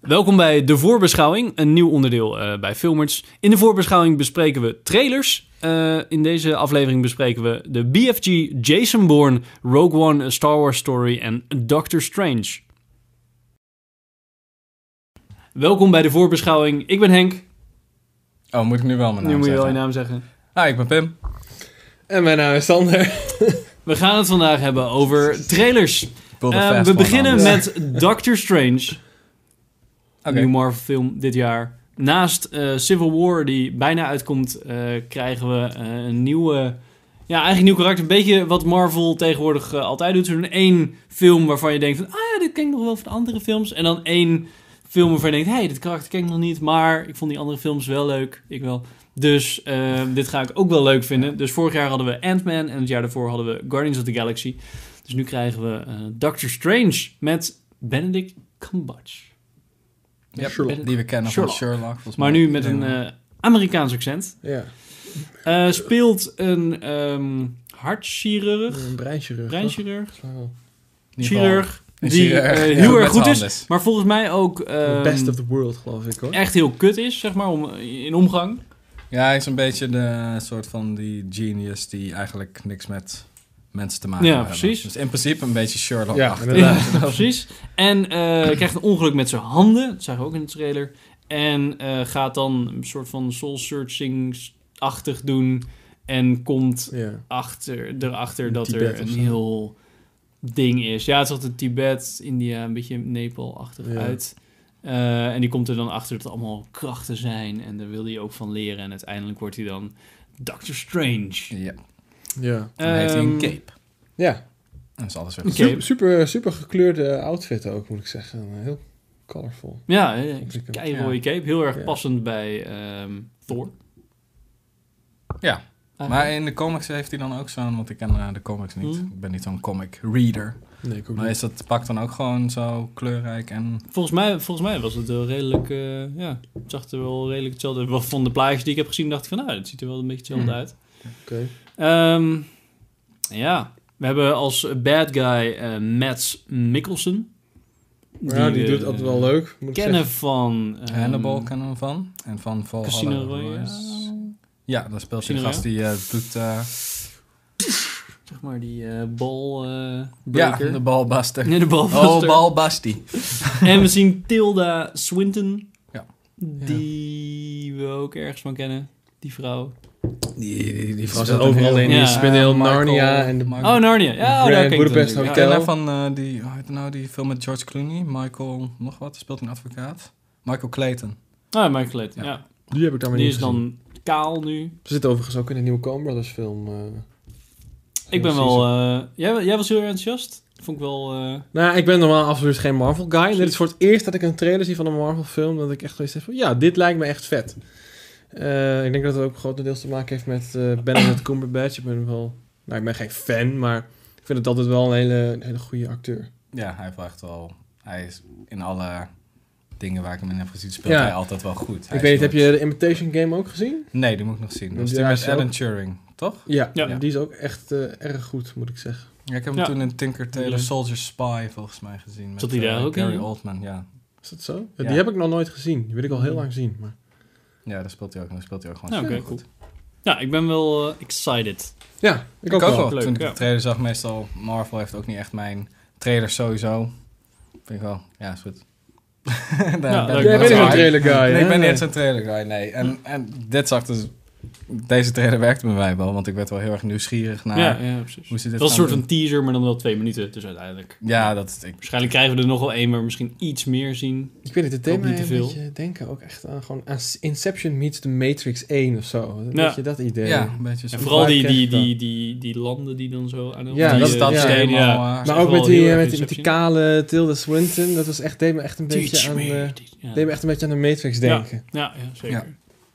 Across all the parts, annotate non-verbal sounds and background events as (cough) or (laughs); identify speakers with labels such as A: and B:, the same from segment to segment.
A: Welkom bij De Voorbeschouwing, een nieuw onderdeel eh, bij Filmers. In De Voorbeschouwing bespreken we trailers. Eh, in deze aflevering bespreken we de BFG, Jason Bourne, Rogue One, A Star Wars Story en Doctor Strange. Welkom bij De Voorbeschouwing. Ik ben Henk.
B: Oh, moet ik nu wel mijn naam
A: Nu moet je wel je
B: zeggen?
A: naam zeggen.
B: Ah, ik ben Pim.
C: En mijn naam is Sander.
A: We gaan het vandaag hebben over trailers.
B: Ik wilde
A: Eh,
B: fast
A: we
B: one
A: beginnen
B: anders.
A: met Doctor Strange.
B: Oké.
A: Nieuw Marvel film dit jaar. Naast eh, Civil War, die bijna uitkomt, eh, krijgen we eh, een nieuwe... Ja, eigenlijk een nieuw karakter. Een beetje wat Marvel tegenwoordig eh, altijd doet. Zo'n één film waarvan je denkt van... Ah ja, dit ken ik nog wel van andere films. En dan één film waarvan je denkt... Hé, hey, dit karakter ken ik nog niet. Maar ik vond die andere films wel leuk. Ik wel. Dus eh, dit ga ik ook wel leuk vinden. Dus vorig jaar hadden we Ant-Man. En het jaar daarvoor hadden we Guardians of the Galaxy. Dus nu krijgen we eh, Doctor Strange met Benedict Cumberbatch.
B: Yep,
C: Sherlock.
B: Die we kennen
A: Sherlock.
B: van Sherlock. volgens
A: Maar
B: mij.
A: nu met een eh, Amerikaans accent.
C: Ja,
A: Eh, speelt een ehm hartchirurg,
C: een breinchirurg.
A: breinchirurg,
B: In ieder geval
A: chirurg,
B: een
A: die
B: chirurg.
A: eh,
B: Ja,
A: heel erg
B: met
A: goed
B: z'n
A: is.
B: anders.
A: Maar volgens mij ook ehm,
C: Best of the world, geloof ik hoor.
A: echt heel kut is, zeg maar, om, eh, in omgang.
B: Ja, hij is een beetje de eh, soort van die genius die eigenlijk niks met mensen te maken
A: Ja,
B: wil hebben.
A: precies.
B: Dus in principe een beetje Sherlock.
C: Ja,
B: achter.
A: (laughs)
C: inderdaad.
A: Ja, precies. En eh, krijgt een ongeluk met zijn handen. Dat zagen we ook in de trailer. En eh, gaat dan een soort van soul-searching-achtig doen. En komt
C: Ja.
A: achter, erachter dat
C: Tibet
A: er
C: of
A: een
C: zo.
A: heel ding is. Ja, het zat in Tibet, India, een beetje Nepal-achtig
C: Ja.
A: uit. Eh, en die komt er dan achter dat het allemaal krachten zijn. En daar wil hij ook van leren. En uiteindelijk wordt hij dan Doctor Strange.
B: Ja,
C: ja.
B: dan heeft hij een
A: Ehm,
B: cape.
C: ja.
B: En is alles weer
A: Een
B: goed.
A: cape.
C: Super, super, super gekleurde outfit ook, moet ik zeggen. Eh, Heel colorful.
A: Ja, eh,
C: Ontzettend,
A: keirooie cape. Heel erg
C: Ja.
A: passend bij ehm, Thor.
B: Ja, Maar eh,
A: Eigenlijk.
B: in de comics heeft hij dan ook zo'n, want ik ken eh, de comics niet.
A: Hmm.
B: Ik ben niet zo'n comic reader.
C: Nee, ik ook
B: Maar
C: niet.
B: is dat pak dan ook gewoon zo kleurrijk en...
A: volgens, mij, volgens mij was het wel redelijk... eh, ja, het zag er wel redelijk hetzelfde. Wel Van de plaatjes die ik heb gezien dacht ik van... Nou, het ziet er wel een beetje hetzelfde
B: Hmm.
A: uit.
C: Oké.
A: Ehm, ja, we hebben als bad guy eh Mads Mikkelsen.
C: Ja, die
A: we
C: doet het altijd wel leuk. Moet ik
A: Kennen van... ehm,
B: Hannibal kennen we van. En van Valhalla
A: Casino
B: Royals.
A: Royale.
B: Ja, dan speelt hij
A: Casino
B: de gast die eh doet... eh,
A: Zeg maar die eh bal... eh,
B: ja,
A: breaker.
B: de balbuster.
A: (laughs) Nee, de balbuster.
B: Oh, balbasti.
A: En we zien Tilda Swinton.
B: Ja.
A: Die we ook ergens van kennen. Die vrouw.
B: Oh, Die, die, die
C: Was er overal in.
A: Ja.
C: Die speelt heel Narnia en de...
B: Michael-
A: Oh, Narnia. Ja, oh,
C: Grand
A: daar ken ik
C: Budapest
A: het
B: Ik
A: natuurlijk.
B: ken
C: Hotel.
B: haar van eh, die, hoe heet het nou, die film met George Clooney, Michael, nog wat, speelt een advocaat. Michael Clayton.
A: Ja. Ah, Michael Clayton,
B: Ja.
A: ja.
C: Die heb ik dan maar
A: Die
C: niet
A: is dan kaal nu.
C: Ze zit overigens ook in de nieuwe Coen Brothers film. eh.
A: Ik ben
C: Ja,
A: wel... eh, jij, jij was heel erg enthousiast. Vond ik wel... eh,
C: Nou, ik ben normaal absoluut geen Marvel guy. En Dit is voor het eerst dat ik een trailer zie van een Marvel film. Dat ik echt zoiets heb van, ja, dit lijkt me echt vet. Eh, ik denk dat het ook grotendeels te maken heeft met eh Benedict Cumberbatch. Ik ben wel... Nou, ik ben geen fan, maar ik vind het altijd wel een hele, een hele goede acteur.
B: Ja, hij heeft wel echt wel, hij is in alle dingen waar ik hem in heb gezien, speelt
C: Ja.
B: hij altijd wel goed. Hij
C: ik weet niet,
B: is
C: heb
B: nooit-
C: je de Imitation Game ook gezien?
B: Nee, die moet ik nog zien. Dat
C: Want
B: is
C: die
B: die met
C: is ook-
B: Alan Turing, toch?
C: Ja,
A: Ja.
C: die is ook echt eh, erg goed, moet ik zeggen.
B: Ja, ik heb hem
A: Ja.
B: toen in Tinker Tailor
A: Ja.
B: Soldier Spy volgens mij gezien. Met,
A: Zat hij
B: eh,
A: daar ook in,
B: Gary
A: joh?
B: Oldman, ja.
C: Is dat zo? Ja,
B: Ja.
C: Die heb ik nog nooit gezien. Die wil ik al heel lang zien. Maar...
B: Ja, daar speelt hij ook, daar speelt hij ook gewoon
A: Ja, oké,
B: super
A: cool.
B: goed.
A: Ja, ik ben wel eh, excited.
C: Ja, ik, ook, wel.
A: Leuk,
B: Toen ik
A: ja.
B: de trailer zag, meestal Marvel heeft ook niet echt mijn trailer sowieso. Vind ik wel, ja, is goed. (laughs) Daar
A: Ja,
B: ben
A: leuk.
B: ik
C: Jij
B: wel zo
C: bent niet zo'n
B: hyped.
C: trailer guy,
B: Nee,
C: hè?
B: ik ben niet echt zo'n trailer guy, nee. En, en dit zag dus... Deze trailer werkte bij mij wel, want ik werd wel heel erg nieuwsgierig naar...
A: ja, ja, precies.
B: Hoe ze Nou,
A: Het was
B: dit
A: een
B: gaan
A: soort van teaser, maar dan wel twee minuten. Dus uiteindelijk.
B: doen. Ja, dat is... Ik,
A: Waarschijnlijk krijgen we er nog wel één, maar misschien iets meer zien.
C: Ik weet niet, het
A: Ook
C: deed mij
A: niet te
C: een
A: veel.
C: beetje denken ook echt aan gewoon aan Inception meets The Matrix 1 of zo. Een
A: Ja.
C: beetje dat idee.
B: ja, een beetje zo.
A: En vooral die,
C: krijg
A: die,
C: je dan?
A: die, die, die landen die dan zo aan
C: Ja,
A: die,
C: dat-
A: eh,
C: dat is
A: steden,
B: helemaal, eh,
A: Dat is
C: Maar
A: echt
C: ook
A: wel
C: met
A: heel
C: die,
A: erg
C: met, die, met die
A: Inception.
C: kale Tilda Swinton, dat was echt, deed me echt een beetje
A: Teach
C: aan,
A: me.
C: eh,
A: Ja.
C: deed me echt een beetje aan de Matrix denken.
A: Ja, ja, zeker.
B: Ja.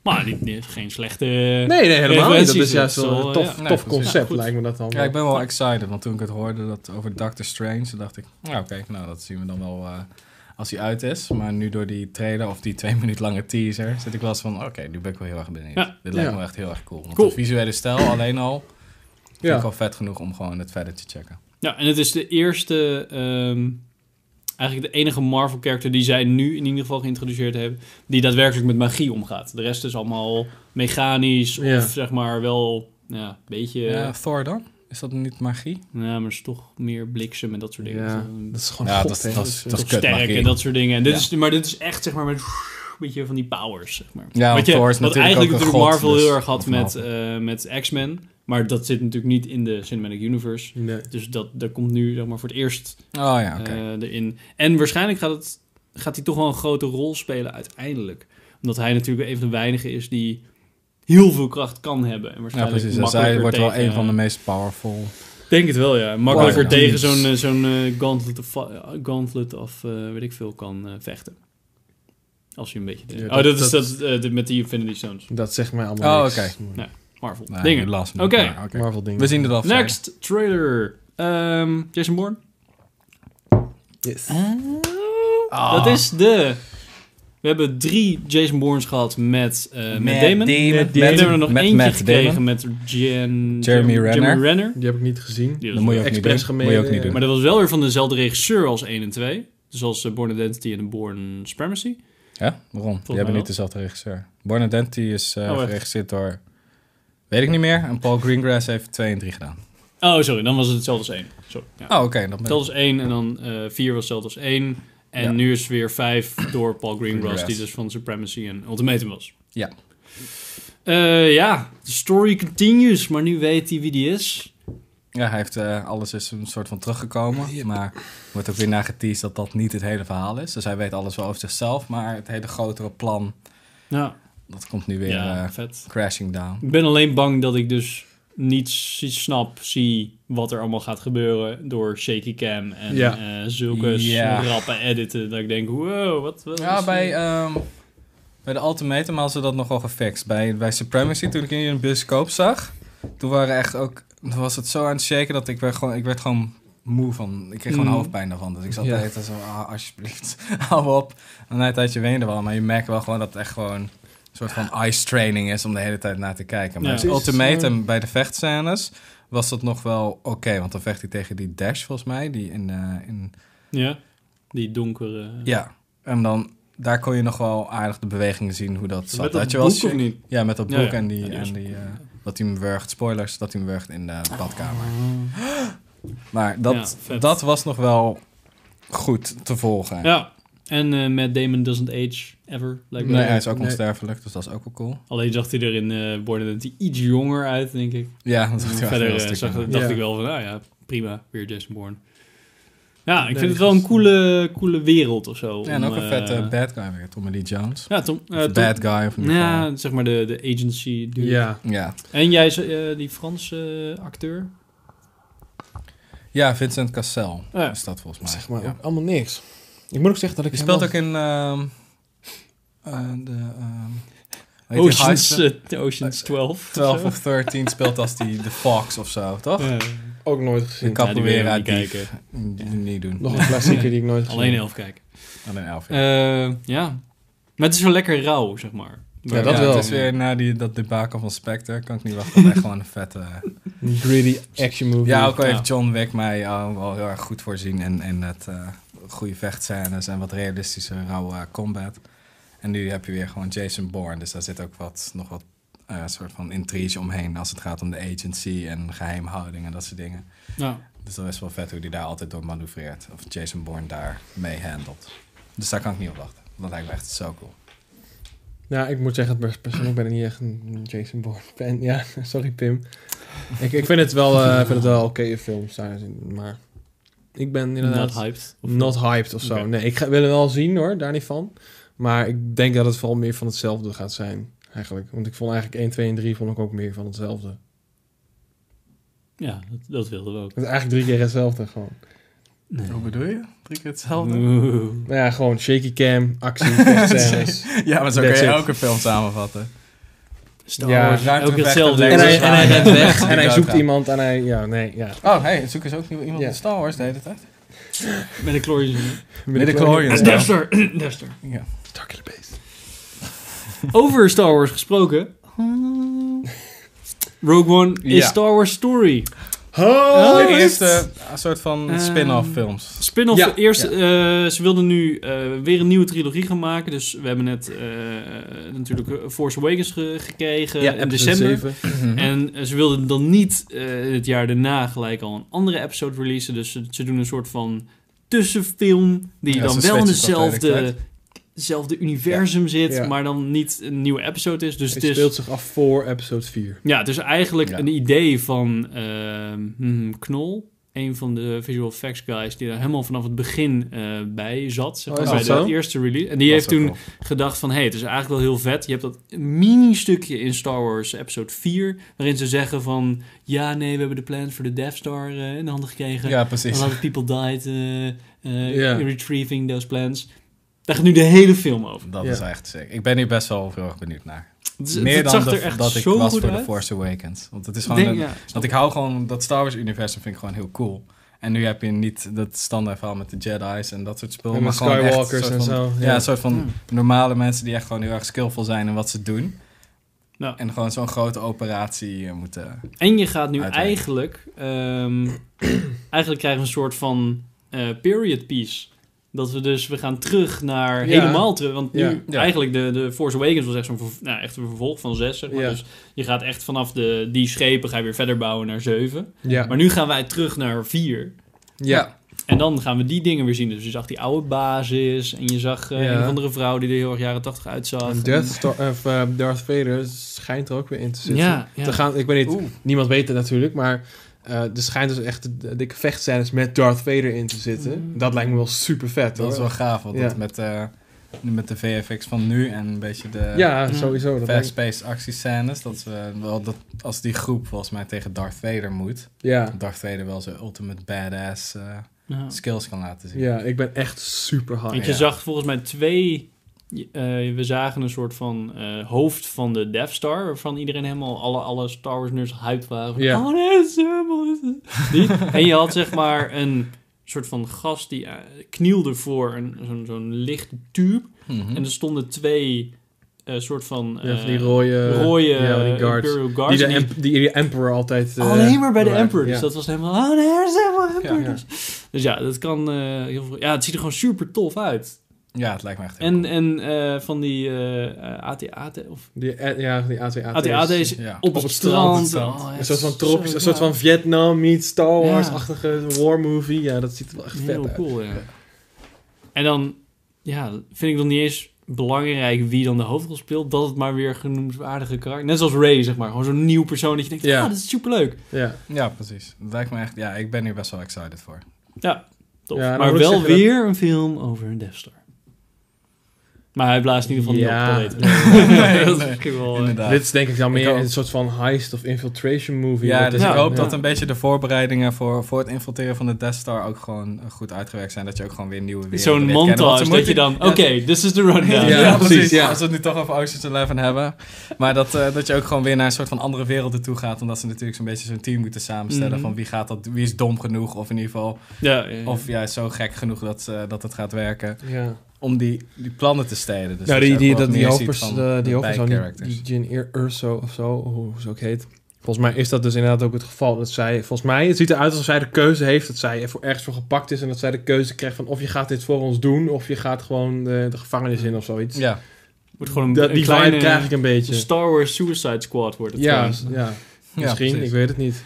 A: Maar die, die heeft geen slechte...
C: Nee, nee, helemaal niet. Dat is
A: Referenties,
C: juist
A: dat is
C: wel
A: wel,
C: een tof,
B: ja. Nee,
C: tof
B: precies.
A: Ja,
C: concept,
A: goed.
C: lijkt me dat dan.
B: Ja, ik ben wel excited, want toen ik het hoorde dat over Doctor Strange, toen dacht ik, nou oké, nou dat zien we dan wel eh, als hij uit is. Maar nu door die trailer of die twee (laughs) minuut lange teaser, zit ik wel eens van, oké, nu ben ik wel heel erg benieuwd.
A: Ja.
B: Dit lijkt
C: Ja.
B: me echt heel erg cool. Want
A: Cool.
B: de visuele stijl alleen al, vind
C: Ja.
B: ik al vet genoeg om gewoon het verder te checken.
A: Ja, en het is de eerste ehm, eigenlijk de enige Marvel-character die zij nu in ieder geval geïntroduceerd hebben, die daadwerkelijk met magie omgaat. De rest is allemaal mechanisch
C: Ja.
A: of zeg maar wel ja, Eh, een beetje...
B: Ja, Thor dan? Is dat niet magie?
A: Ja, maar het is toch meer bliksem en dat soort dingen.
C: Ja,
A: Dus, eh,
C: dat is gewoon
B: ja,
C: god,
B: dat is,
C: hè.
B: dat is, dat is
A: toch
B: kut
A: sterk
B: magie.
A: en dat soort dingen. En dit
B: Ja.
A: is, maar dit is echt zeg maar met een beetje van die powers. Zeg maar.
B: Ja, want
A: wat je,
B: Thor is
A: wat
B: natuurlijk
A: eigenlijk
B: ook een
A: natuurlijk
B: god,
A: Marvel
B: dus-
A: heel erg had
B: of
A: met, eh, met X-Men. Maar dat zit natuurlijk niet in de Cinematic Universe.
C: Nee.
A: Dus dat, dat komt nu zeg maar, voor het eerst
B: Oh ja, oké.
A: eh, erin. En waarschijnlijk gaat, het, gaat hij toch wel een grote rol spelen uiteindelijk. Omdat hij natuurlijk een van de weinigen is die heel veel kracht kan hebben. En
B: ja,
A: waarschijnlijk
B: precies. En zij
A: makkelijker
B: wordt wel
A: tegen- eh,
B: een van de meest powerful.
A: denk het wel, ja. Makkelijker
B: Wow.
A: tegen
B: Teams.
A: zo'n eh, zo'n eh, gauntlet of, eh, gauntlet of eh, weet ik veel kan eh, vechten. Als je een beetje...
C: Ja,
A: oh, dat,
C: dat-
A: is
C: dat-
A: dat, eh, de- met die Infinity Stones.
C: Dat zegt mij allemaal
B: Oh,
C: niks.
B: oké.
C: Maar-
A: Nee. Marvel.
B: Nou,
A: Dingen.
B: last
A: Oké.
B: minute, maar oké.
C: Marvel dingen.
B: We zien het af.
A: Next trailer. Ehm, Jason Bourne.
C: Yes.
B: Ah.
A: Dat is de... We hebben drie Jason Bournes gehad met, eh met
B: Matt
A: Damon.
B: Damon.
A: Met We hebben er nog
B: Met
A: eentje
B: Matt
A: gekregen
B: Damon.
A: met Jen,
B: Jeremy Renner.
C: Die heb ik niet gezien.
A: Die was
B: Dat moet je ook niet doen.
C: Expres
B: Moet je ook
C: gemeden,
B: niet
C: ja.
B: doen.
A: Maar dat was wel weer van dezelfde regisseur als 1 en 2. Dus als eh, Born Identity en Born Supremacy.
B: Ja, waarom? Die
A: mij
B: hebben
A: wel.
B: niet dezelfde regisseur. Born Identity is eh,
A: Oh, echt?
B: geregisseerd door... Weet ik niet meer. En Paul Greengrass heeft 2 en 3 gedaan.
A: Oh, sorry, dan was het hetzelfde als 1. Sorry. Ja.
B: Oh, oké. dan ben ik-
A: Hetzelfde als 1 en dan eh 4 was hetzelfde als 1. En
B: Ja.
A: nu is het weer 5 door Paul Greengrass,
B: Greengrass.
A: die dus van Supremacy en Ultimatum was.
B: Ja.
A: Eh, ja, de story continues, maar nu weet hij wie die is.
B: Ja, hij heeft, eh, alles is een soort van teruggekomen. Maar wordt ook weer nageteased dat dat niet het hele verhaal is. Dus hij weet alles wel over zichzelf. Maar het hele grotere plan,
A: Nou,
B: dat komt nu weer
A: ja,
B: eh,
A: vet.
B: crashing down.
A: Ik ben alleen bang dat ik dus niet s- snap, zie wat er allemaal gaat gebeuren door shaky cam en
C: Ja.
A: eh, zulke
B: Ja.
A: rappe editen. Dat ik denk, wow, wat, wat
B: Ja,
A: is-
B: bij, ehm, bij de Ultimatum hadden ze dat nog wel gefixt. Bij, bij Supremacy, toen ik in een bioscoop zag, toen, waren echt ook, toen was het zo aan het shaken dat ik werd gewoon, ik werd gewoon moe van. Ik kreeg gewoon
A: Mm.
B: hoofdpijn daarvan. Dus ik zat
C: Ja.
B: de hele tijd zo, ah, alsjeblieft, (laughs) hou op. En na een tijdje weende wel, maar je merkt wel gewoon dat het echt gewoon een soort van ice training is om de hele tijd naar te kijken. Maar
A: Ja.
B: als
C: Het is, eh,
B: Ultimatum bij de vechtscènes was dat nog wel oké, want dan vecht hij tegen die Dash volgens mij, die in, eh, in
A: Ja, die donkere...
B: ja, en dan daar kon je nog wel aardig de bewegingen zien hoe dat zat.
A: Met dat
B: Had je wel
A: boek
B: eens-
A: of niet?
B: Ja, met dat
A: Ja,
B: boek
A: ja.
B: en die,
A: Ja,
B: en
A: die
B: die eh, dat hij hem wurgt. Spoilers, dat hij hem wurgt in de badkamer. Maar dat,
A: Ah. Ja, vet.
B: dat was nog wel goed te volgen.
A: Ja, en eh Matt Damon doesn't age ever, lijkt me.
B: nee, hij is ook
C: Nee.
B: onsterfelijk, dus dat is ook wel cool.
A: Alleen zag hij er in eh Born Identity iets jonger uit, denk ik.
B: Ja, dat zag hij wel
A: Verder
B: een
A: eh,
B: stuk
A: zag,
B: jonger.
A: dacht
C: Ja.
A: ik wel van, nou ja, prima, weer Jason Bourne. Ja, ik
C: Nee,
A: vind het
C: dat
A: wel
C: is-
A: een coole, coole wereld of zo.
B: Ja, en
A: om,
B: ook een
A: eh,
B: vette bad guy weer, Tommy Lee Jones.
A: Ja, Tom, eh,
B: Of
A: Tom-
B: bad guy. Of in ieder geval.
A: ja, zeg maar de, de agency dude.
C: Ja.
B: Ja.
A: En jij, eh, die Franse eh, acteur?
B: ja, Vincent Cassel
A: Ja.
B: is dat volgens mij.
C: Zeg maar,
B: Ja.
C: ook allemaal niks. Ik moet ook zeggen dat ik
B: Je speelt ook
C: helemaal-
B: in ehm, eh, de... ehm, hoe heet die
A: Oceans,
B: gasten?
A: eh, Oceans 12.
B: 12 of 13 speelt als die de Fox of zo, toch?
A: Ja,
C: ook nooit
B: De
C: gezien.
A: Ja, die wil je
B: capoeira
A: niet
B: die
A: kijken.
B: die niet doen.
C: Nog een klassieker die ik nooit gezien
A: Alleen
C: heb.
A: elf kijken.
B: Alleen 11. Ja,
A: Eh, ja. Maar het is wel lekker rauw, zeg maar.
C: Ja, dat
B: Ja,
C: wel.
B: Het is weer na die, dat debakel van Spectre. Kan ik niet wachten. Echt gewoon een vette...
C: Een Gritty action movie.
B: Ja, ook al
A: Ja.
B: heeft John Wick mij eh, wel heel erg goed voorzien. En, en het eh, goede vechtscènes en wat realistische rauwe eh, combat. En nu heb je weer gewoon Jason Bourne. Dus daar zit ook wat, nog wat eh, soort van intrige omheen. Als het gaat om de agency en geheimhouding en dat soort dingen.
A: Ja.
B: Dus dat is wel vet hoe hij daar altijd door manoeuvreert. Of Jason Bourne daar mee handelt. Dus daar kan ik niet op wachten. Dat lijkt me echt zo cool.
C: Ja, Nou, ik moet zeggen, pers- persoonlijk ben ik niet echt een Jason Bourne fan. Ja, (laughs) sorry Pim. Ik, ik vind het wel, eh, ik vind het wel oké films daar, maar ik ben inderdaad
A: Not hyped. Of-
C: not hyped of zo.
A: Oké.
C: Nee, ik ga, wil hem wel zien hoor, daar niet van. Maar ik denk dat het vooral meer van hetzelfde gaat zijn, eigenlijk. Want ik vond eigenlijk 1, 2 en 3 vond ik ook meer van hetzelfde.
A: Ja, dat, dat wilden we ook.
C: Het is eigenlijk drie keer hetzelfde gewoon.
B: Hoe bedoel je? Drie keer (laughs)
A: Oeh.
C: Nou ja, gewoon shaky cam, actie, vechtscènes.
B: Ja, maar zo kun
C: That's
B: je
C: it.
B: elke film samenvatten.
A: Star
C: Ja,
A: Wars,
B: ruimte
A: elke keer
B: vechten,
A: hetzelfde.
B: (laughs) lasers
C: en hij, en hij
B: Ja.
C: rent weg
B: Die
C: en hij
B: doodgaan.
C: zoekt iemand en hij... Ja, nee, ja.
B: Oh, hey, zoek eens ook nieuw iemand
C: Ja.
B: in Star Wars de hele tijd.
A: Met een klorje.
B: Midichlorians. Ja.
A: Death Star. (clears throat) Death Star.
B: Ja.
C: Darkly based.
A: Over Star (laughs) Wars gesproken. Rogue One is
B: Ja.
A: Star Wars Story.
C: Oh,
B: de eerste eh, soort van
A: Ehm,
B: spin-off films.
A: Spin-off,
C: Ja,
A: eerst, eh, ze wilden nu eh, weer een nieuwe trilogie gaan maken. Dus we hebben net eh, natuurlijk eh, Force Awakens ge- gekregen in december. (clears throat)
B: Mhm.
A: En eh, ze wilden dan niet eh, het jaar daarna gelijk al een andere episode releasen. Dus ze, ze doen een soort van tussenfilm die
B: Ja,
A: dan
B: ze
A: wel in
B: switchen van
A: dezelfde,
B: tijd.
A: hetzelfde universum zit,
C: Ja.
A: maar dan niet een nieuwe episode is. Dus
C: het
A: het is,
C: speelt zich af voor episode 4.
A: ja, het is eigenlijk
B: Ja.
A: een idee van ehm, hmm, Knol. Een van de visual effects guys die daar helemaal vanaf het begin eh, bij zat. Zeg maar,
C: Oh, is
A: bij
C: dat
A: de
C: zo?
A: eerste release. En die
B: Dat
A: heeft
B: is ook
A: toen
B: wel-
A: gedacht van... hé, hey, het is eigenlijk wel heel vet. Je hebt dat mini-stukje in Star Wars Episode 4... waarin ze zeggen van... ja, nee, we hebben de plans voor de Death Star eh, in de handen gekregen.
B: Ja,
A: A
B: precies.
A: lot of people died eh, eh,
C: Ja.
A: in retrieving those plans. Daar gaat nu de hele film over.
B: Dat
C: Ja.
B: is echt sick. Ik ben hier best wel heel erg benieuwd naar.
A: Het, is-
B: Meer
A: het
B: dan
A: zag
B: de-
A: er echt
B: dat ik
A: zo
B: was
A: goed
B: voor
A: uit.
B: The Force Awakens. Want het is
A: Ik
B: gewoon
A: denk,
B: een-
A: ja,
B: Want ik hou gewoon, dat Star Wars universum vind ik gewoon heel cool. En nu heb je niet dat standaard verhaal met de Jedi's en dat soort spullen.
C: En met
B: gewoon echt een
C: Skywalkers
B: soort
C: en
B: van-
C: zo,
B: Ja,
C: ja.
B: een soort van
A: Hmm.
B: normale mensen die echt gewoon heel erg skillful zijn in wat ze doen.
A: Ja.
B: En gewoon zo'n grote operatie eh, moeten...
A: En je gaat nu
B: Uiteraard.
A: eigenlijk... ehm, (clears throat) eigenlijk krijgen we een soort van eh, period piece. Dat we dus... We gaan terug naar...
C: Ja.
A: Helemaal terug. Want nu
C: Ja.
B: Ja.
A: eigenlijk de, de Force Awakens was echt zo'n verv- nou, echt een vervolg van zes. Zeg maar.
C: Ja.
A: Dus je gaat echt vanaf de, die schepen ga je weer verder bouwen naar zeven.
C: Ja.
A: Maar nu gaan wij terug naar vier.
C: ja.
A: En dan gaan we die dingen weer zien. Dus je zag die oude basis. En je zag eh,
C: Ja.
A: een of andere vrouw die er heel erg jaren tachtig uitzag.
C: Death Star, of, eh, Darth Vader schijnt er ook weer in te zitten.
A: Ja, ja.
C: Te gaan, ik weet niet,
B: Oeh.
C: niemand weet het natuurlijk, maar eh er schijnt dus echt de- dikke vechtscènes met Darth Vader in te zitten.
A: Mm.
C: Dat lijkt me wel super vet.
B: Dat is wel gaaf, want
C: Ja.
B: dat met, eh, met de VFX van nu en een beetje de
C: Ja,
A: Ja.
C: sowieso. Dat lijkt-
B: fast-paced actiescènes. Dat we wel dat als die groep volgens mij tegen Darth Vader moet,
C: ja.
B: Darth Vader wel zijn ultimate badass eh,
A: Ja.
B: skills kan laten zien.
C: ja, ik ben echt super
A: Want
C: high.
A: je
B: ja.
A: zag volgens mij twee... eh, we zagen een soort van eh, hoofd van de Death Star... waarvan iedereen helemaal alle, alle Star Wars nerds hyped waren. Van,
C: Ja.
A: Oh nee, het is helemaal... Die. En je had zeg maar een soort van gast die eh, knielde voor een- zo'n zo'n licht tube.
B: Mhm.
C: dus-
A: En er stonden twee eh, soort van...
C: Hm? Ja, van die
A: eh,
C: rode,
A: rode
C: ja, van die
A: eh,
C: guards.
A: Imperial
C: Die
A: Guards.
C: de,
A: En die- Oh,
C: em- die, die Emperor altijd... eh,
A: Alleen maar bij de
C: waren.
A: Emperor. Dus
C: Ja.
A: dat was helemaal... Oh nee, het is helemaal Emperor.
B: Ja, ja.
A: Dus, dus ja, dat kan eh, heel veel... Ja, het ziet er gewoon super tof uit.
B: Ja, het lijkt me echt heel
A: En,
B: cool.
A: en eh, van die eh AT-AT of
C: Die, eh, ja, die AT-AT's. dus-
A: AT-AT's
B: Ja.
A: op,
C: het
A: het strand.
C: strand.
B: strand.
A: Oh, ja,
C: Een soort van
A: zo
C: tropisch, een soort
A: gaaf.
C: van Vietnam meets Star
A: Ja.
C: Wars-achtige war movie. Ja, dat ziet er wel echt vet
A: Heel
C: uit.
A: cool, ja. En dan, ja, vind ik dan niet eens belangrijk wie dan de hoofdrol speelt. Dat het maar weer genoemswaardige karakter. Net zoals Ray, zeg maar. Gewoon zo'n nieuw persoon dat je denkt,
C: Ja.
A: ah, dat is superleuk.
C: Ja.
B: Ja, precies. Dat lijkt me echt... Ja, ik ben hier best wel excited voor.
A: Tof.
C: Ja, dan
A: maar
C: moet ik
A: wel
C: zeggen dat-
A: weer een film over een Death Star. Maar hij blaast in ieder geval
C: Ja.
A: niet op,
C: (laughs)
A: dat weten we. (laughs)
B: Nee,
A: dat is
B: nee.
A: misschien wel... eh,
B: Inderdaad.
C: Dit is denk ik dan meer
B: ook.
C: een soort van heist of infiltration movie.
B: ja,
C: Dat
B: dus
C: is-
B: ik
A: Ja,
B: hoop
A: ja.
B: dat een beetje de voorbereidingen voor, voor het infiltreren van de Death Star ook gewoon eh, goed uitgewerkt zijn. Dat je ook gewoon weer nieuwe werelden
A: Zo'n
B: leert kennen. Want
A: montage
B: ze
A: dat je
B: moeten-
A: dan... Oké, this is the rundown.
B: Ja,
C: Ja,
B: ja, precies.
C: precies, ja.
B: Als we het nu toch over Ocean's Eleven hebben. Maar dat, eh, dat je ook gewoon weer naar een soort van andere werelden toe gaat. Omdat ze natuurlijk zo'n beetje zo'n team moeten samenstellen.
A: Mhm.
B: Van wie gaat dat, wie is dom genoeg. Of in ieder geval,
A: Ja, ja, ja.
B: of juist zo gek genoeg dat, ze- dat het gaat werken.
C: Ja.
B: Om die, die plannen te stelen. Dus dat
C: Nou,
B: je
C: die,
B: ook
C: die,
B: wat
C: dat, die
B: meer ziet
C: hoofdpers-
B: van
C: de-
B: de
C: die hoofdpersoon, die,
B: bijcharacters.
C: die Jin Ir- Urso of zo, hoe ze ook heet. Volgens mij is dat dus inderdaad ook het geval. Dat zij, volgens mij, het ziet eruit alsof zij de keuze heeft. Dat zij er voor ergens voor gepakt is. En dat zij de keuze krijgt van of je gaat dit voor ons doen. Of je gaat gewoon de, de gevangenis in of zoiets.
B: Ja,
A: Wordt gewoon een,
C: Dat,
A: een
C: die
A: kleine...
C: vibe krijg ik een beetje.
A: Een Star Wars Suicide Squad wordt het
C: ja,
A: gewoon.
C: ja,
B: Ja,
C: misschien.
B: precies.
C: ik weet het niet.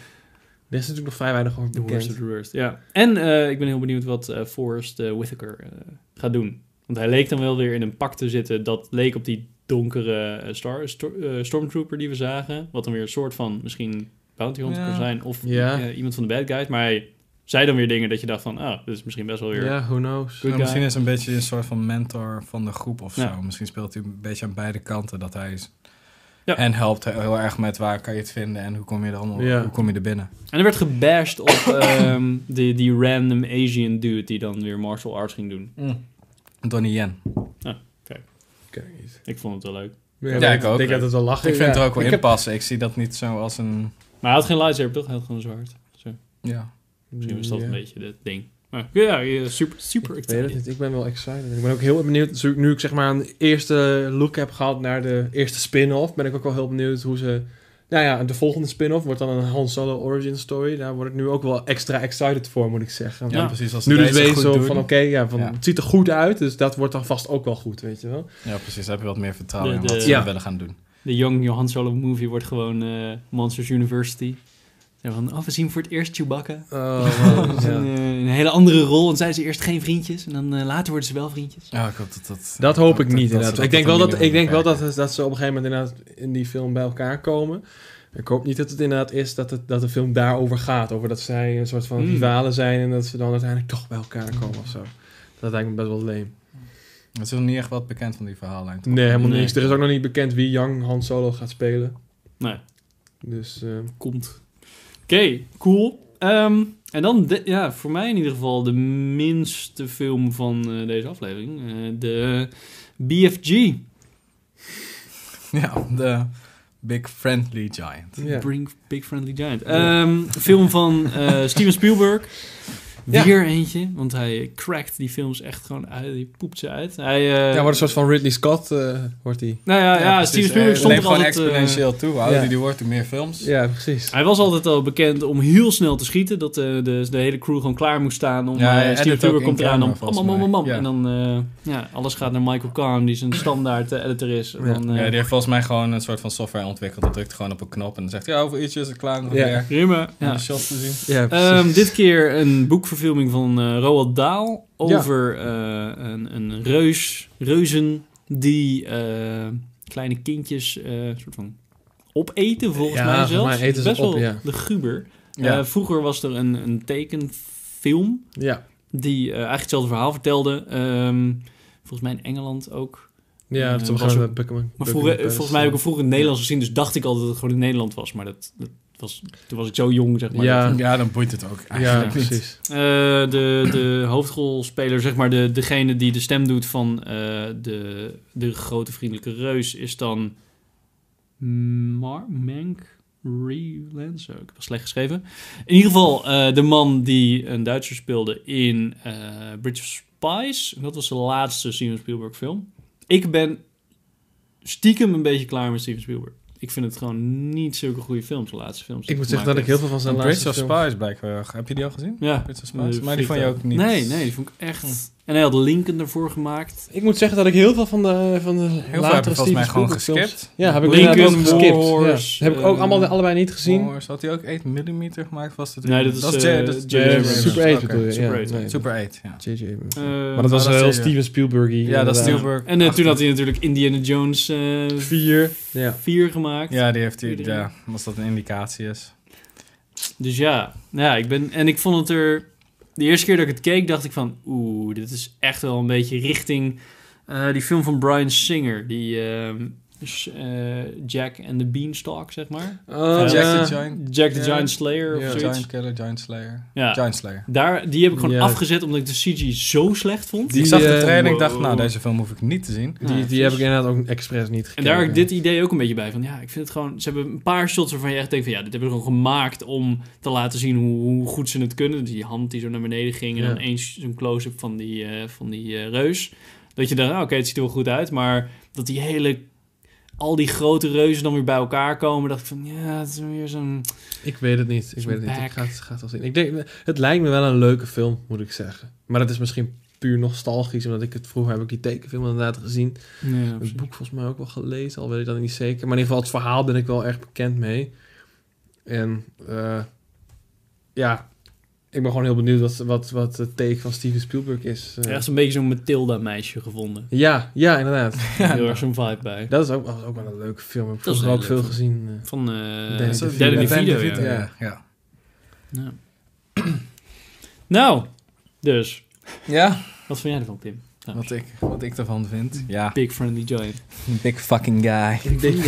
C: Er is natuurlijk nog vrij weinig over
A: The worst of
C: bekend.
A: the worst. Ja. En eh, ik ben heel benieuwd wat eh Forrest eh, Whitaker eh, gaat doen. Want hij leek dan wel weer in een pak te zitten. Dat leek op die donkere eh, star, sto- eh, Stormtrooper die we zagen. Wat dan weer een soort van misschien Bounty Hunter
B: Ja.
A: kan zijn. Of
C: Ja.
A: eh, iemand van de bad guys. Maar hij zei dan weer dingen dat je dacht van... Oh, dit is misschien best wel weer...
C: Ja, who knows.
A: Good
B: Maar
A: guy.
B: misschien is hij een beetje een soort van mentor van de groep of
A: Ja.
B: zo. Misschien speelt hij een beetje aan beide kanten dat hij is.
A: Ja.
B: En helpt heel erg met waar kan je het vinden en hoe kom je er allemaal
C: Ja.
B: hoe kom je er binnen.
A: En er werd gebashed op ehm, die, die random Asian dude die dan weer martial arts ging doen.
B: Donnie Yen.
C: Kijk eens.
A: Ik vond het wel leuk.
C: Ja,
B: Ja,
C: ik
B: ik ook.
C: denk dat het wel
B: Ik
C: lachen.
B: vind
C: ja.
B: het er ook wel
C: Ik
B: in
C: heb-
B: passen. Ik zie dat niet zo als een...
A: Maar hij had geen lightsaber toch? Hij had gewoon een zwaard.
B: Ja.
A: Misschien was dat
C: Ja.
A: een beetje het ding. Maar ja, ja, super, super
C: Ik weet het
A: excited.
C: niet. Ik ben wel excited. Ik ben ook heel benieuwd. Dus Nu ik zeg maar een eerste look heb gehad naar de eerste spin-off, ben ik ook wel heel benieuwd hoe ze. Nou ja, de volgende spin-off wordt dan een Han Solo origin story. Daar word ik nu ook wel extra excited voor, moet ik zeggen.
B: Ja,
A: Ja.
B: precies. Als
C: Nu
B: ze
C: dus
B: deze
C: weet
B: goed
C: zo
B: doen.
C: van, oké, ja, van,
B: Ja.
C: het ziet er goed uit, dus dat wordt dan vast ook wel goed, weet je wel.
B: Ja, precies. Daar heb je wat meer vertrouwen
A: De-
B: in wat
A: de-
B: ze
C: Ja.
B: willen gaan doen.
A: De Young Johan Solo movie wordt gewoon eh, Monsters University. En van, oh, we zien voor het eerst Chewbacca.
C: Oh,
A: (laughs)
B: Oh,
C: (laughs)
A: Dat is een, eh, een hele andere rol. Dan zijn ze eerst geen vriendjes. En dan eh, later worden ze wel vriendjes.
B: Ja, ik hoop dat dat...
C: Dat hoop ik niet, inderdaad. Ik denk wel, dat, ik denk wel
B: dat... ze tot een minimum
C: dat, dat ze op een gegeven moment inderdaad in die film bij elkaar komen. Ik hoop niet dat het inderdaad is dat, het, dat de film daarover gaat. Over dat zij een soort van
A: Hmm.
C: rivalen zijn en dat ze dan uiteindelijk toch bij elkaar komen of zo. Dat lijkt me best wel leem.
B: beperken. Het is nog niet echt wat bekend van die verhaallijn. toch?
C: Nee, helemaal
A: Nee.
C: niks. Er is ook nog niet bekend wie Young Han Solo gaat spelen.
A: Nee.
C: Dus eh,
A: Komt. Oké, cool. Ehm, en dan, de- ja, voor mij in ieder geval de minste film van eh, deze aflevering. Eh, de BFG.
B: (laughs) Ja, de Big Friendly Giant.
C: ja.
A: Bring Big Friendly Giant.
C: Ja.
A: Ehm, film van
B: (laughs)
A: eh, Steven Spielberg.
C: Ja.
A: Weer eentje, want hij crackt die films echt gewoon uit. Die poept ze uit. Hij, eh,
C: ja, wordt een soort van Ridley Scott, eh, wordt hij.
A: Nou ja, ja,
B: precies.
A: Steven
B: Eh,
A: Spielberg
B: het
A: stond
B: neemt
A: er
B: gewoon
A: altijd... eh,
B: exponentieel toe. Hoe ouder
C: ja.
B: die wordt, hoe meer films.
C: Ja, precies.
A: hij was altijd al bekend om heel snel te schieten. Dat eh, de, de hele crew gewoon klaar moest staan. Om,
B: Ja,
A: ja,
B: hij edit
A: Steven Spielberg
B: ook in
A: komt eraan. Om,
B: camera,
A: om,
B: volgens
A: om, om, om.
B: mij. Ja.
A: En dan eh, ja, alles gaat naar Michael Kahn, die zijn standaard eh, editor is. En
C: Ja.
A: dan,
B: Ja,
A: eh,
B: die heeft volgens mij gewoon een soort van software ontwikkeld. Dat drukt gewoon op een knop en dan zegt... Ja, over uurtje is het klaar. nog
C: Ja.
B: weer.
A: prima.
B: Om
A: Ja.
B: de shots te zien.
C: Ja,
A: Ehm, dit keer een boekverfilming van eh, Roald Daal over eh, een, een reus, reuzen die eh, kleine kindjes eh, soort van opeten volgens
C: Ja,
A: mij
C: volgens
A: zelfs.
C: mij eten ze
A: Best
C: het op,
A: wel
C: ja.
A: de guber.
B: Ja.
A: Eh, vroeger was er een, een tekenfilm
C: ja.
A: die eh, eigenlijk hetzelfde verhaal vertelde. Ehm, volgens mij in Engeland ook.
C: ja
A: Eh,
C: dat
A: was
C: gaan
A: er-
C: we Buckingham-
A: Maar
C: Buckingham
A: vroeger, eh,
C: Palace,
A: volgens mij heb ik
C: ja.
A: hem vroeger in het Nederlands gezien, dus dacht ik altijd dat het gewoon in Nederland was. Maar dat, dat was, toen was ik zo jong, zeg maar.
C: Ja.
A: dat-
B: Ja, dan boeit het ook
C: Ja,
B: eigenlijk niet.
C: precies.
A: Eh, de, de hoofdrolspeler, zeg maar, de, degene die de stem doet van eh, de, de grote vriendelijke reus, is dan Mar Mank Relance. Zo, ik heb het slecht geschreven. In ieder geval eh, de man die een Duitser speelde in eh, Bridge of Spies. En Dat was de laatste Steven Spielberg film. Ik ben stiekem een beetje klaar met Steven Spielberg. Ik vind het gewoon niet zulke goede films, de laatste films.
C: Ik moet zeggen dat ik heel veel van zijn
B: En
C: laatste
B: Bridge of
C: film-
B: Spies blijkbaar. heel erg- Heb je die al gezien?
A: Ja.
B: Bridge of Spies?
A: Eh,
B: maar die vond je
A: vliegtuig.
B: ook niet... Hm.
A: Nee, nee, die vond ik echt. En hij had Lincoln ervoor gemaakt.
C: Ik moet zeggen dat ik heel veel van de, van de
B: Heel veel heb
C: latere
B: ik volgens
C: Steven
B: mij gewoon
C: Spielberg films-
B: geskipt.
C: Ja, heb ik
A: Lincoln,
C: inderdaad ook geskipt.
A: Wars,
C: ja. Heb ik ook
A: eh,
C: allemaal allebei niet gezien.
B: Moors, Oh, had hij ook 8 mm gemaakt? Was dat
A: Nee, dat is,
B: dat is,
A: eh,
B: J- dat is
A: J.J.
B: J.J. Abrams.
C: Super 8
B: Oké.
C: bedoel je.
A: Super
C: ja,
A: 8.
C: nee.
B: Super 8, ja.
C: J.J. Abrams.
A: Eh,
C: Maar dat was
B: maar
C: wel
B: dat
C: heel
B: is Steven-
C: Steven Spielberg.
B: Ja, dat is
A: ja.
B: Steven- Ah, Spielberg.
A: En eh, toen
B: Achter.
A: had hij natuurlijk Indiana Jones 4
C: Vier. Ja.
A: gemaakt.
B: Ja, die heeft hij,
A: Iedereen.
B: ja, als dat een indicatie is.
A: Dus ja, ja ik ben, en ik vond het er. De eerste keer dat ik het keek, dacht ik van. Oeh, dit is echt wel een beetje richting. eh, die film van Brian Singer. Die. ehm, s- eh, Jack and the Beanstalk, zeg maar.
C: Oh,
A: Jack
C: ja.
B: the Giant.
A: Jack the
B: Ja.
A: Giant Slayer of
C: Ja.
A: zoiets.
B: Giant Killer, Giant Slayer.
A: Ja.
B: Giant Slayer.
A: Daar, die heb ik gewoon
C: Ja.
A: afgezet omdat ik de CG zo slecht vond.
C: Die,
B: ik zag de
C: eh,
B: trailer en ik dacht,
A: wow.
B: nou, deze film hoef ik niet te zien.
A: Ja,
C: Die,
A: precies.
C: die heb ik inderdaad ook expres niet gekeken.
A: En daar heb ik dit idee ook een beetje bij. Van ja, ik vind het gewoon. Ze hebben een paar shots waarvan je echt denkt van ja, dit hebben ze gewoon gemaakt om te laten zien hoe, hoe goed ze het kunnen. Die hand die zo naar beneden ging en
C: Ja.
A: dan eens zo'n close-up van die, eh, van die eh, reus. Dat je dacht, nou, oké, het ziet er wel goed uit. Maar dat die hele. Al die grote reuzen dan weer bij elkaar komen. Dacht ik van ja, het is weer zo'n.
C: Ik weet het niet. Ik
A: Zo'n
C: weet het niet.
A: back.
C: Ik ga het, ga het wel zien. Ik denk, het lijkt me wel een leuke film, moet ik zeggen. Maar dat is misschien puur nostalgisch, omdat ik het vroeger heb ik die tekenfilm inderdaad gezien.
A: Ja,
C: Het boek volgens mij ook wel gelezen, al weet ik dat niet zeker. Maar in ieder geval, het verhaal ben ik wel erg bekend mee. En eh, ja, ik ben gewoon heel benieuwd wat, wat, wat het teken van Steven Spielberg is. Eh,
A: echt een beetje zo'n Matilda-meisje (laughs) gevonden.
C: ja, ja, inderdaad.
A: (laughs) Heel erg zo'n vibe bij.
C: Dat is ook, was ook wel een leuke film. Ik heb
A: is
C: vroeger
A: een
C: ook veel
A: hele
C: gezien. eh.
A: Van eh
C: Danny
A: Danny
C: DeVito.
A: DeVito,
C: DeVito,
A: ja.
C: ja.
B: ja. ja.
A: Ja. (clears throat) Nou, dus.
B: Ja,
A: Wat vind jij ervan, Tim? Nou,
B: wat ik, wat ik ervan vind. Ja,
A: Big Friendly Giant.
B: big fucking guy.
C: Ik
B: (laughs)
C: denk,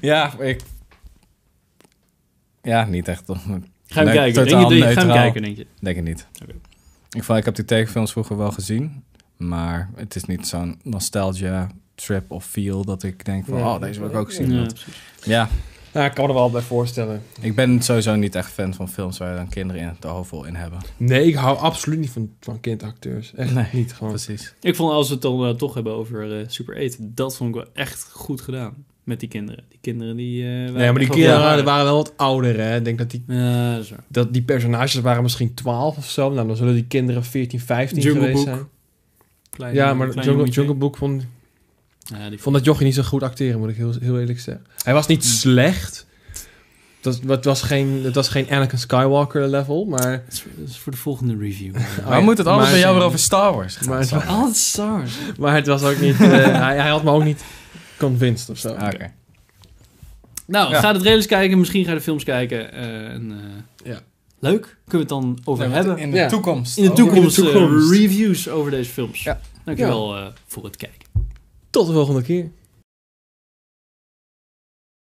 B: ja, ik... Ja, niet echt. toch.
A: Ga je hem
B: Nee,
A: kijken? Denk
B: totaal
A: je, denk je- ga je hem
B: neutraal.
A: kijken, denk je?
B: Denk ik niet.
A: Oké.
B: Ik, vond, ik heb die tekenfilms vroeger wel gezien. Maar het is niet zo'n nostalgia trip of feel dat ik denk van...
C: Ja.
B: oh, deze wil ik ook zien.
A: Ja,
B: Want-
A: precies.
B: ja,
C: nou, ik kan me er wel bij voorstellen.
B: Ik ben sowieso niet echt fan van films waar dan kinderen in de hoofdrol in hebben.
A: Oh.
C: Nee, ik hou absoluut niet van, van kindacteurs. Echt
B: Nee.
C: niet gewoon.
B: Precies.
A: Ik vond, als we het dan eh, toch hebben over eh, Super 8, dat vond ik wel echt goed gedaan. Met die kinderen. Die kinderen die... eh, waren
C: Nee, maar die
A: echt wel
C: kinderen
A: klaar.
C: waren wel wat ouder, hè. Ik denk dat die,
A: Ja, dat is waar.
C: dat die personages waren misschien 12 of zo. Nou, dan zullen die kinderen 14, 15
A: Jungle
C: geweest
A: Book.
C: zijn.
A: Klein-
C: Ja, maar
A: klein
C: Jungle,
A: jongetje.
C: Jungle Book vond,
A: Ja, die
C: ik vond dat jochie niet zo goed acteren, moet ik heel, heel eerlijk zeggen. Hij was niet slecht. Dat, het, was geen, het was geen Anakin Skywalker level, maar...
A: Dat is, dat is voor de volgende
C: (laughs)
A: review. Oh,
B: Maar moet het alles
C: Maar-
B: bij jou weer over Star Wars gaan?
C: Maar-
B: Sander?
A: Altijd stars.
C: Maar het was ook
A: (laughs)
C: niet... eh, hij, hij had me ook niet convinced of zo.
B: Ah, Oké.
A: Nou,
B: Ja.
A: ga de trailers kijken. Misschien ga je de films kijken. eh, en, eh,
C: Ja.
A: Leuk. Kunnen we het dan over
B: Nee, want
A: hebben.
B: In de
C: Ja.
B: toekomst.
A: In de
B: Oh.
A: toekomst,
C: in de
A: eh,
C: toekomst.
A: reviews over deze films.
B: Ja.
A: Dankjewel eh, voor het kijken.
C: Tot de volgende keer.